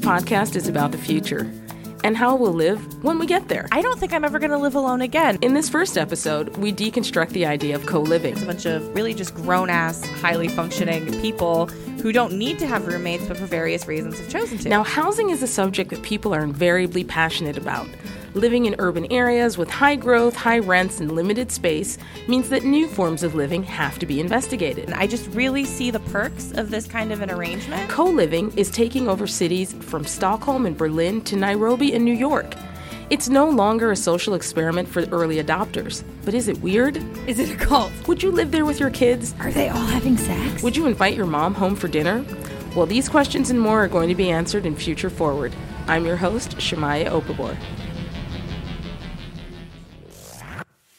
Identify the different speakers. Speaker 1: podcast is about the future and how we'll live when we get there.
Speaker 2: I don't think I'm ever going to live alone again.
Speaker 1: In this first episode, we deconstruct the idea of co living.
Speaker 2: It's a bunch of really just grown ass, highly functioning people who don't need to have roommates, but for various reasons have chosen to.
Speaker 1: Now, housing is a subject that people are invariably passionate about. Living in urban areas with high growth, high rents, and limited space means that new forms of living have to be investigated.
Speaker 2: And I just really see the perks of this kind of an arrangement.
Speaker 1: Co living is taking over cities from Stockholm and Berlin to Nairobi and New York. It's no longer a social experiment for early adopters. But is it weird?
Speaker 3: Is it a cult?
Speaker 1: Would you live there with your kids?
Speaker 3: Are they all having sex?
Speaker 1: Would you invite your mom home for dinner? Well, these questions and more are going to be answered in Future Forward. I'm your host, Shamaya Opabor.